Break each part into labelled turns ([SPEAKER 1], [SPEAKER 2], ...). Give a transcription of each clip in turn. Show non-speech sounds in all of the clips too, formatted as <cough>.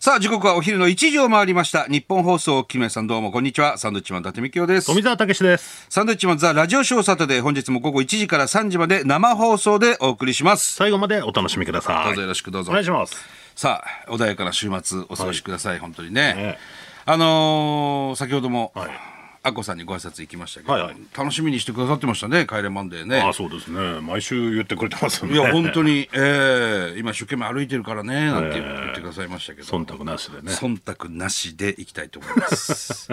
[SPEAKER 1] さあ、時刻はお昼の1時を回りました。日本放送、木村さんどうもこんにちは。サンドウィッチマン、伊達美京です。
[SPEAKER 2] 富澤たけしです。
[SPEAKER 1] サンドウィッチマンザ・ラジオショーサタデー、本日も午後1時から3時まで生放送でお送りします。
[SPEAKER 2] 最後までお楽しみください。
[SPEAKER 1] どうぞよろしくどうぞ
[SPEAKER 2] お願いします。
[SPEAKER 1] さあ、穏やかな週末お過ごしください、本当にね。
[SPEAKER 2] ね
[SPEAKER 1] あのー先ほども、
[SPEAKER 2] はい
[SPEAKER 1] アッコさんにご挨拶行きましたけど、
[SPEAKER 2] はいはい
[SPEAKER 1] 楽しみにしてくださってましたね、帰れマンデーね。
[SPEAKER 2] あ、そうですね。毎週言ってくれてますよ
[SPEAKER 1] い
[SPEAKER 2] ね。
[SPEAKER 1] や、本当
[SPEAKER 2] に。
[SPEAKER 1] に、えー今一生懸命歩いてるからね、なんて言ってくださいましたけど。
[SPEAKER 2] 忖度なしでね。
[SPEAKER 1] 忖度なしでいきたいと思います。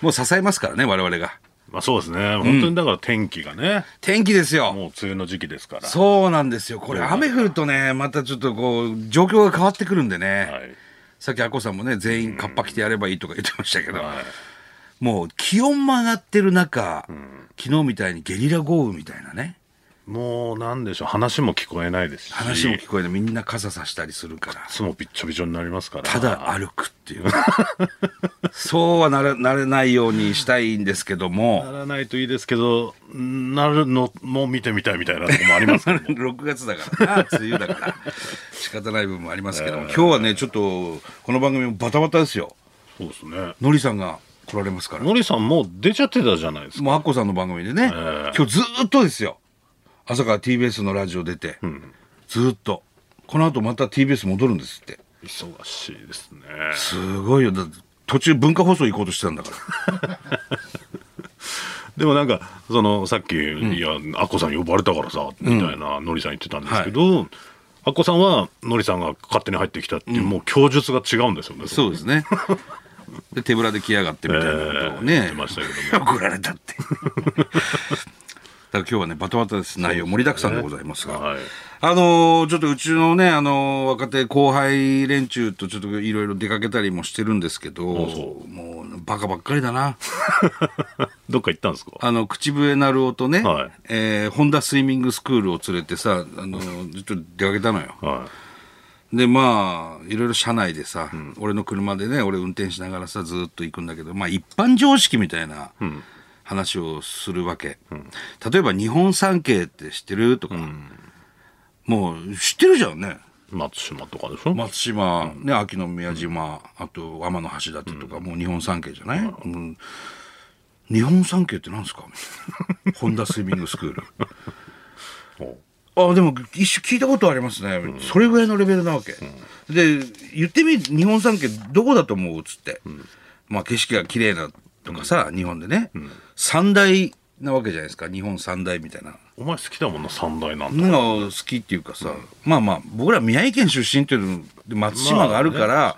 [SPEAKER 1] もう支えますからね、我々が。
[SPEAKER 2] まあそうですね。本当にだから天気がね、
[SPEAKER 1] 天気ですよ。
[SPEAKER 2] もう梅雨の時期ですから。
[SPEAKER 1] そうなんですよ。これ雨降るとね、またちょっとこう、状況が変わってくるんでね。
[SPEAKER 2] はい。
[SPEAKER 1] さっきアッコさんもね、全員カッパ着てやればいいとか言ってましたけど、
[SPEAKER 2] はい
[SPEAKER 1] もう気温も上がってる中、昨日みたいにゲリラ豪雨みたいなね、
[SPEAKER 2] もうなんでしょう、話も聞こえないですし。
[SPEAKER 1] 話も聞こえない、みんな傘さしたりするから
[SPEAKER 2] い。つもびっちょびちょになりますから。
[SPEAKER 1] ただ歩くって
[SPEAKER 2] <laughs>
[SPEAKER 1] いう。そうはなれなれないようにしたいんですけど
[SPEAKER 2] な
[SPEAKER 1] も、
[SPEAKER 2] らないといいですけど、なるのも見てみたいみたいなとこもあります
[SPEAKER 1] <laughs>
[SPEAKER 2] けども
[SPEAKER 1] 6月だからな、梅雨だから、仕方ない部分もありますけども、今日はね、ちょっと、この番組もバタバタですよ。
[SPEAKER 2] そうですね。
[SPEAKER 1] のりさんが来られますから。
[SPEAKER 2] のりさんもう出ちゃってたじゃないですか。
[SPEAKER 1] もうアッコさんの番組でね、
[SPEAKER 2] ー
[SPEAKER 1] 今日ずーっとですよ。朝から TBS のラジオ出て、ずーっと。この後また TBS 戻るんですって。
[SPEAKER 2] 忙しいですね。
[SPEAKER 1] すごいよ。だって途中文化放送行こうとしてたん <laughs> だから。
[SPEAKER 2] でもなんかそのさっき、いやアッコさん呼ばれたからさみたいなのりさん言ってたんですけど、アッコさんはのりさんが勝手に入ってきたっていう、もう供述が違うんですよね
[SPEAKER 1] そうですね。で、手ぶらで来やがってみたいなことを
[SPEAKER 2] えー言
[SPEAKER 1] ね
[SPEAKER 2] っ、てましたけど
[SPEAKER 1] 怒られた <laughs> って。だから今日はね、バタバタです。内容盛りだくさんでございますが。
[SPEAKER 2] はい
[SPEAKER 1] あのーちょっとうちのね、あのー若手後輩連中とちょっといろいろ出かけたりもしてるんですけど、
[SPEAKER 2] そ
[SPEAKER 1] もうバカばっかりだな。
[SPEAKER 2] どっか行ったんですか
[SPEAKER 1] あの、口笛なるおとね、
[SPEAKER 2] はい
[SPEAKER 1] えーホンダスイミングスクールを連れてさ、あのーちょっと出かけたのよ。
[SPEAKER 2] は
[SPEAKER 1] でまあいろいろ車内でさ、俺の車でね俺運転しながらさずーっと行くんだけどまあ一般常識みたいな話をするわけ、例えば日本三景って知ってるとか、もう知ってるじゃんね
[SPEAKER 2] い松島とかでしょ、
[SPEAKER 1] 松島、ね秋の宮島、あと天の橋立とか、もう日本三景じゃない、うん日本三景って何ですか <laughs> みたいなホンダスイミングスクール
[SPEAKER 2] ほ
[SPEAKER 1] あでも一種聞いたことありますね、それぐらいのレベルなわけ、で言ってみ日本三景どこだと思うっつって、まあ景色が綺麗なとかさ、日本でね、三大なわけじゃないですか日本三大みたいな
[SPEAKER 2] お前好きだもんな三大なんて
[SPEAKER 1] なんか好きっていうかさ、まあまあ僕ら宮城県出身っていうので松島があるから、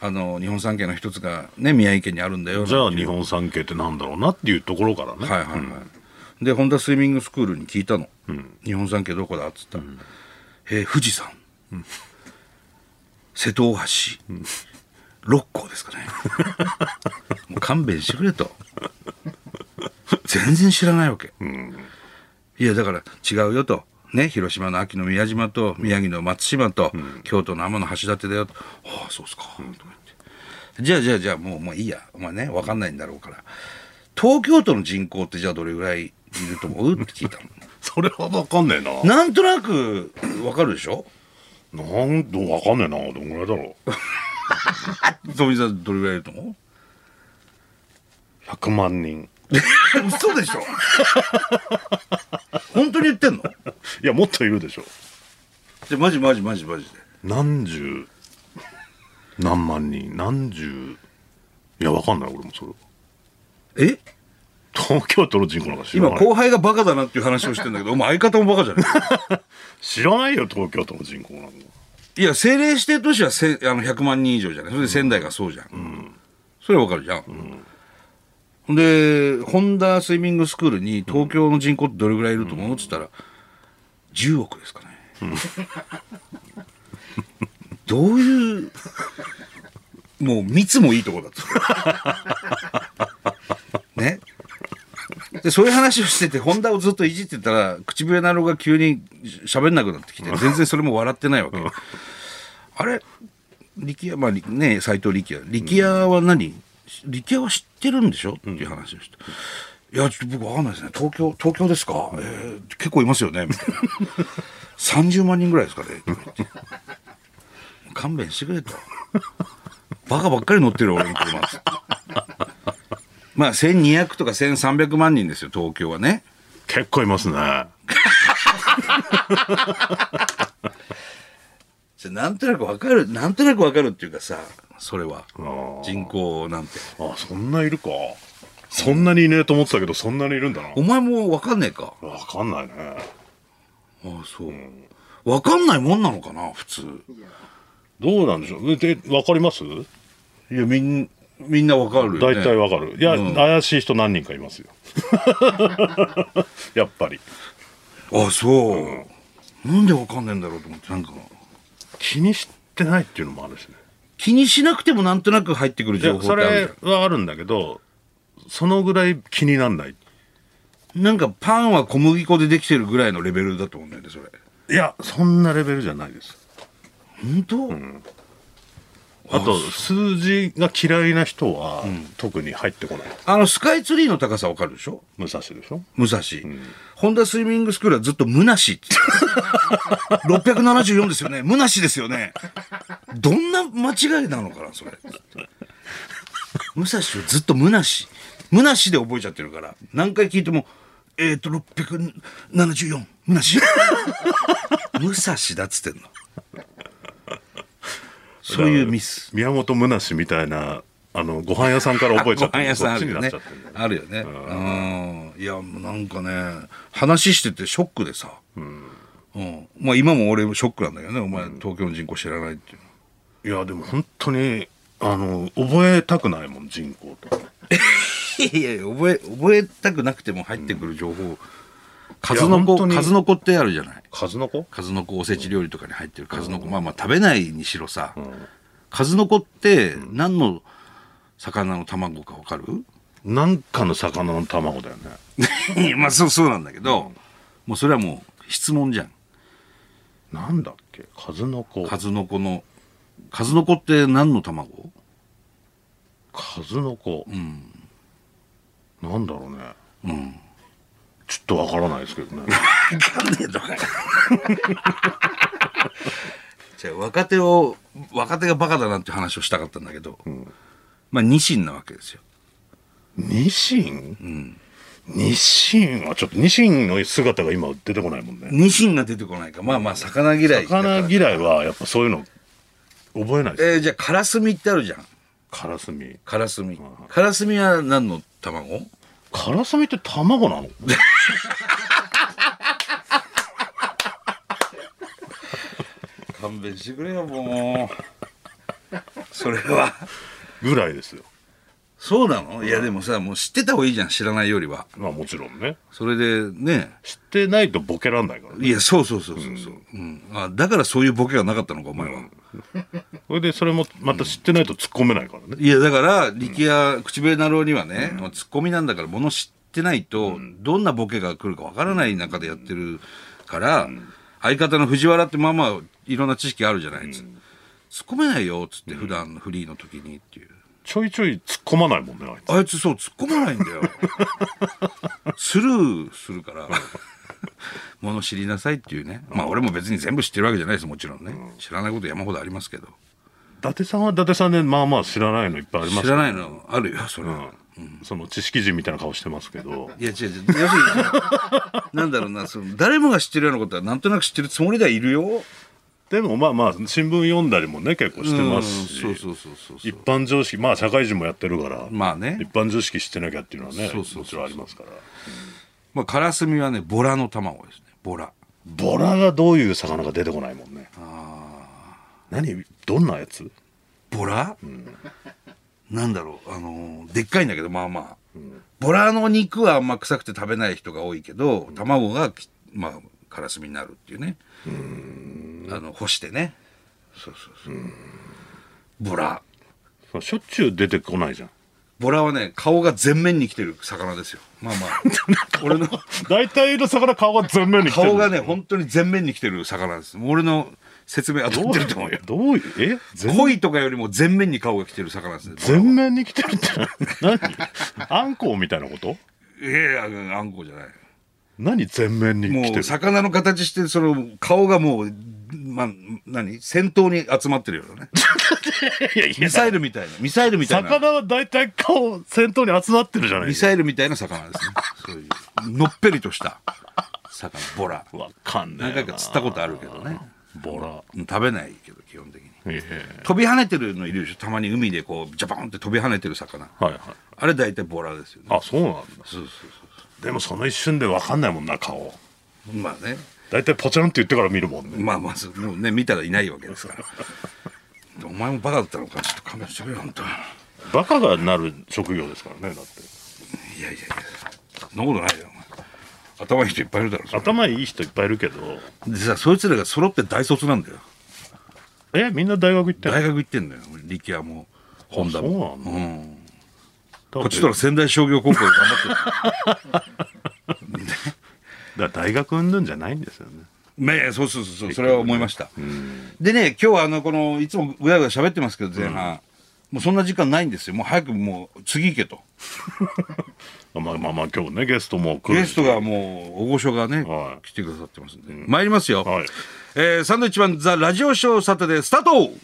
[SPEAKER 1] あの日本三景の一つがね宮城県にあるんだよ
[SPEAKER 2] じゃあ日本三景ってなんだろうなっていうところから
[SPEAKER 1] は
[SPEAKER 2] ね、
[SPEAKER 1] いはいはい、で本田スイミングスクールに聞いたの「日本三景どこだ?」っつったら、えー富士山、瀬戸大橋、六甲ですかねもう勘弁してくれと全然知らないわけ、いやだから違うよと。ね、広島の秋の宮島と宮城の松島と、京都の天の橋立だよと「ああそうですか」とか言って「じゃあじゃあじゃあもうもういいやお前ね分かんないんだろうから東京都の人口ってじゃあどれぐらいいると思う?」って聞い <laughs> たの。
[SPEAKER 2] それは分かんねえな
[SPEAKER 1] なんとなく分かるでしょ
[SPEAKER 2] なんと分かんねえなどんぐらいだろう
[SPEAKER 1] 富澤どれぐらいいると思う
[SPEAKER 2] 100万人
[SPEAKER 1] 嘘でしょ <laughs> 本当に言ってん <laughs> の
[SPEAKER 2] いやもっといるでしょ
[SPEAKER 1] でマジマジマジマジで
[SPEAKER 2] 何十何万人何十いやわかんない俺もそれ
[SPEAKER 1] え
[SPEAKER 2] 東京都の人口なんか知ら
[SPEAKER 1] 今
[SPEAKER 2] ない
[SPEAKER 1] 後輩がバカだなっていう話をしてんだけどお前相方もバカじゃない
[SPEAKER 2] 知らないよ東京都の人口なんか
[SPEAKER 1] いや政令指定都市はせあの100万人以上じゃないそれで仙台がそうじゃん、それは分かるじゃん、ほん、でホンダスイミングスクールに東京の人口ってどれぐらいいると思うっつったら10億ですかね、どういうもう密もいいとこだっつ <laughs> ってねでそういう話をしててホンダをずっといじってたら口笛なろが急に喋んなくなってきて全然それも笑ってないわけあれ力也まありね斎藤力也力也は何、力也は知ってるんでしょっていう話をして、いやちょっと僕わかんないですね東京東京ですか、えー結構いますよねみたいな30万人ぐらいですかねとか言って勘弁してくれとバカばっかり乗ってる俺の車っつってまあ1200とか1300万人ですよ東京はね
[SPEAKER 2] 結構いますね。
[SPEAKER 1] それなんとなくわかるなんとなくわかるっていうかさそれは
[SPEAKER 2] あー
[SPEAKER 1] 人口なんて
[SPEAKER 2] あ、そんないるか。そんなにいねえと思ってたけど、そんなにいるんだな。
[SPEAKER 1] お前もわかんねえか
[SPEAKER 2] わかんないね。
[SPEAKER 1] ああそうわかんないもんなのかな普通
[SPEAKER 2] どうなんでしょう。で、わかります
[SPEAKER 1] いやみんみんなわかるよ、
[SPEAKER 2] 大
[SPEAKER 1] ね、
[SPEAKER 2] 体わかる。いや、
[SPEAKER 1] うん
[SPEAKER 2] 怪しい人何人かいますよ。 <laughs> やっぱり。
[SPEAKER 1] あそう、なんでわかんねえんだろうと思ってなんか
[SPEAKER 2] 気にしてないっていうのもあるしね。
[SPEAKER 1] 気にしなくてもなんとなく入ってくる
[SPEAKER 2] いや
[SPEAKER 1] 情報って
[SPEAKER 2] そ
[SPEAKER 1] あるじゃん
[SPEAKER 2] れはあるんだけどそのぐらい気になんない
[SPEAKER 1] なんかパンは小麦粉でできてるぐらいのレベルだと思うんだよねそれ
[SPEAKER 2] いやそんなレベルじゃないです
[SPEAKER 1] 本当、
[SPEAKER 2] あと数字が嫌いな人は、特に入ってこない
[SPEAKER 1] あのスカイツリーの高さわかるでしょ
[SPEAKER 2] 武蔵でしょ
[SPEAKER 1] 武蔵、ホンダスイミングスクールはずっと「むなし」って言ってる674ですよね「むなし」ですよねどんな間違いなのかなそれ武蔵をずっと「むなし」「むなし」で覚えちゃってるから何回聞いても「えっ、ー、と674むなし」「武蔵だ」っつってんのそういうミス
[SPEAKER 2] 宮本武蔵みたいなあのご飯屋さんから覚えちゃっ
[SPEAKER 1] ご飯
[SPEAKER 2] て
[SPEAKER 1] 屋さん
[SPEAKER 2] そ
[SPEAKER 1] あ
[SPEAKER 2] っち
[SPEAKER 1] る
[SPEAKER 2] に
[SPEAKER 1] よ
[SPEAKER 2] な
[SPEAKER 1] ね
[SPEAKER 2] っちゃってるんだよ。
[SPEAKER 1] あるよね。うん。いや、もうなんかね、話しててショックでさ。うん。まあ今も俺ショックなんだけどね、お前東京の人口知らないっていうの。
[SPEAKER 2] いやでも本当にあの覚えたくないもん人口とかね
[SPEAKER 1] いやいや、覚え、覚えたくなくても入ってくる情報。数
[SPEAKER 2] い
[SPEAKER 1] の
[SPEAKER 2] や本
[SPEAKER 1] 子、
[SPEAKER 2] 当に
[SPEAKER 1] 数の子ってあるじゃない。
[SPEAKER 2] 数の子
[SPEAKER 1] 数の子おせち料理とかに入ってる数の子。まあまあ食べないにしろさ。数の子って何の魚の卵かわかる <laughs>
[SPEAKER 2] なんかの魚の卵だよね
[SPEAKER 1] いやまあそう、そうなんだけど、もうそれはもう質問じゃん。
[SPEAKER 2] なんだっけ数の子
[SPEAKER 1] 数の子の数の子って何の卵
[SPEAKER 2] 数の子
[SPEAKER 1] うん
[SPEAKER 2] なんだろうね
[SPEAKER 1] うん
[SPEAKER 2] ちょっとわからないですけどね
[SPEAKER 1] 分かんねえのかよじゃあ若手を若手がバカだなんて話をしたかったんだけど、まあニシンなわけですよ
[SPEAKER 2] ニシン、ニシンはちょっとニシンの姿が今出てこないもんね
[SPEAKER 1] ニシンが出てこないかまあまあ魚嫌いだから
[SPEAKER 2] 魚嫌いはやっぱそういうの覚えないです
[SPEAKER 1] えーじゃあカラスミってあるじゃん
[SPEAKER 2] カラスミ
[SPEAKER 1] カラスミカラスミは何の卵
[SPEAKER 2] カラスミって卵なの
[SPEAKER 1] 勘弁してくれよもうそれは
[SPEAKER 2] ぐらいですよ
[SPEAKER 1] そうなのいやでもさもう知ってた方がいいじゃん知らないよりは
[SPEAKER 2] まあもちろんね
[SPEAKER 1] それでね
[SPEAKER 2] 知ってないとボケらんないからね
[SPEAKER 1] いや、そうそうそうそうそう、うんあ。だからそういうボケがなかったのか、お前は。
[SPEAKER 2] それでそれもまた知ってないと突っ込めないからね
[SPEAKER 1] いや、だから、力也、口笛なろうにはね、まあツッコミなんだから、もの知ってないと、どんなボケが来るかわからない中でやってるから、相方の藤原ってまあまあ、いろんな知識あるじゃないですか。突っ込めないよ、つって、普段のフリーの時にっていう。
[SPEAKER 2] ちょいちょい突っ込まないもんねあいつ
[SPEAKER 1] あいつそう、突っ込まないんだ <laughs> よ。スルーするから。物知りなさいっていうね。まあ俺も別に全部知ってるわけじゃないです、もちろんね。知らないこと山ほどありますけど。
[SPEAKER 2] 伊達さんは伊達さんでまあまあ知らないのいっぱいあります
[SPEAKER 1] 知らないのあるよそれは、
[SPEAKER 2] うんその知識人みたいな顔してますけど
[SPEAKER 1] いや違う違う要するになんだろうなその誰もが知ってるようなことはなんとなく知ってるつもりではいるよ
[SPEAKER 2] でもまあまあ新聞読んだりもね結構してますし、
[SPEAKER 1] うんそうそうそうそう
[SPEAKER 2] 一般常識まあ社会人もやってるから、
[SPEAKER 1] まあね
[SPEAKER 2] 一般常識してなきゃっていうのはね
[SPEAKER 1] そうそうそう
[SPEAKER 2] もちろんありますから
[SPEAKER 1] まあカラスミはねボラの卵ですねボラ
[SPEAKER 2] ボラがどういう魚が出てこないもんね何どんなやつ
[SPEAKER 1] ボラ、なんだろうあのーでっかいんだけどまあまあ、ボラの肉はあんま臭くて食べない人が多いけど卵がきまあカラスミになるっていうねあの干してねそうそうそうボラ
[SPEAKER 2] まあしょっちゅう出てこないじゃん
[SPEAKER 1] ボラはね、顔が全面に来てる魚ですよ。まあまあ。 <laughs> 俺の
[SPEAKER 2] 大体の魚顔が全面に来てる
[SPEAKER 1] 顔がね、本当に全面に来てる魚です。もう俺の説明当たっ
[SPEAKER 2] どう
[SPEAKER 1] て
[SPEAKER 2] い
[SPEAKER 1] る
[SPEAKER 2] う
[SPEAKER 1] と思うよ。
[SPEAKER 2] どういうえ全
[SPEAKER 1] 恋とかよりも全面に顔が来てる魚ですね。
[SPEAKER 2] 全面に来てるって <laughs> 何何あんこみたいなこと
[SPEAKER 1] いやいや、あんこじゃない。
[SPEAKER 2] 何全面に来て
[SPEAKER 1] もう
[SPEAKER 2] る
[SPEAKER 1] 魚の形して、その顔がもう、まあ、何先頭に集まってるようなね。
[SPEAKER 2] <laughs> いやいや
[SPEAKER 1] ミサイルみたいなミサイルみたいな
[SPEAKER 2] 魚は大体顔先頭に集まってるじゃない
[SPEAKER 1] ミサイルみたいな魚ですねそういうのっぺりとした魚ボラ
[SPEAKER 2] わかんな
[SPEAKER 1] 何
[SPEAKER 2] い
[SPEAKER 1] 回か釣ったことあるけどね
[SPEAKER 2] ボラ
[SPEAKER 1] うん食べないけど基本的に
[SPEAKER 2] え
[SPEAKER 1] 飛び跳ねてるのいるでしょたまに海でこうジャバンって飛び跳ねてる魚
[SPEAKER 2] えはいはい
[SPEAKER 1] あれ大体ボラですよね
[SPEAKER 2] あそうなんだ
[SPEAKER 1] そうそう
[SPEAKER 2] でもその一瞬でわかんないもんな顔
[SPEAKER 1] そうまあね
[SPEAKER 2] 大体ポチャンって言ってから見るもんね
[SPEAKER 1] まあまずもうね見たらいないわけですからお前もバカだったのかちょっと勘弁してくれよ本当い
[SPEAKER 2] バカがなる職業ですからねだって
[SPEAKER 1] やいやいやそんなことないよお前頭いい人いっぱいいるだろそれ
[SPEAKER 2] 頭いい人いっぱいいるけど
[SPEAKER 1] でさそいつらが揃って大卒なんだよ
[SPEAKER 2] えみんな大学行ってんの
[SPEAKER 1] 大学行ってんだよ力也も本田も
[SPEAKER 2] そう
[SPEAKER 1] う
[SPEAKER 2] なんだ
[SPEAKER 1] ん
[SPEAKER 2] こ
[SPEAKER 1] こっちとら仙台商業高校で頑張ってる
[SPEAKER 2] だから大学云々じゃないんですよね
[SPEAKER 1] ねえそうそうそうそうそれは思いました、でね今日はあのこのいつもぐだぐだ喋ってますけど前半、もうそんな時間ないんですよもう早くもう次行けと
[SPEAKER 2] まあまあまあ今日ねゲストも来る
[SPEAKER 1] ゲストがもう大御所がね、
[SPEAKER 2] はい
[SPEAKER 1] 来てくださってますんで、参りますよ、
[SPEAKER 2] はい
[SPEAKER 1] えーサンドイッチマンザラジオショーサタデースタート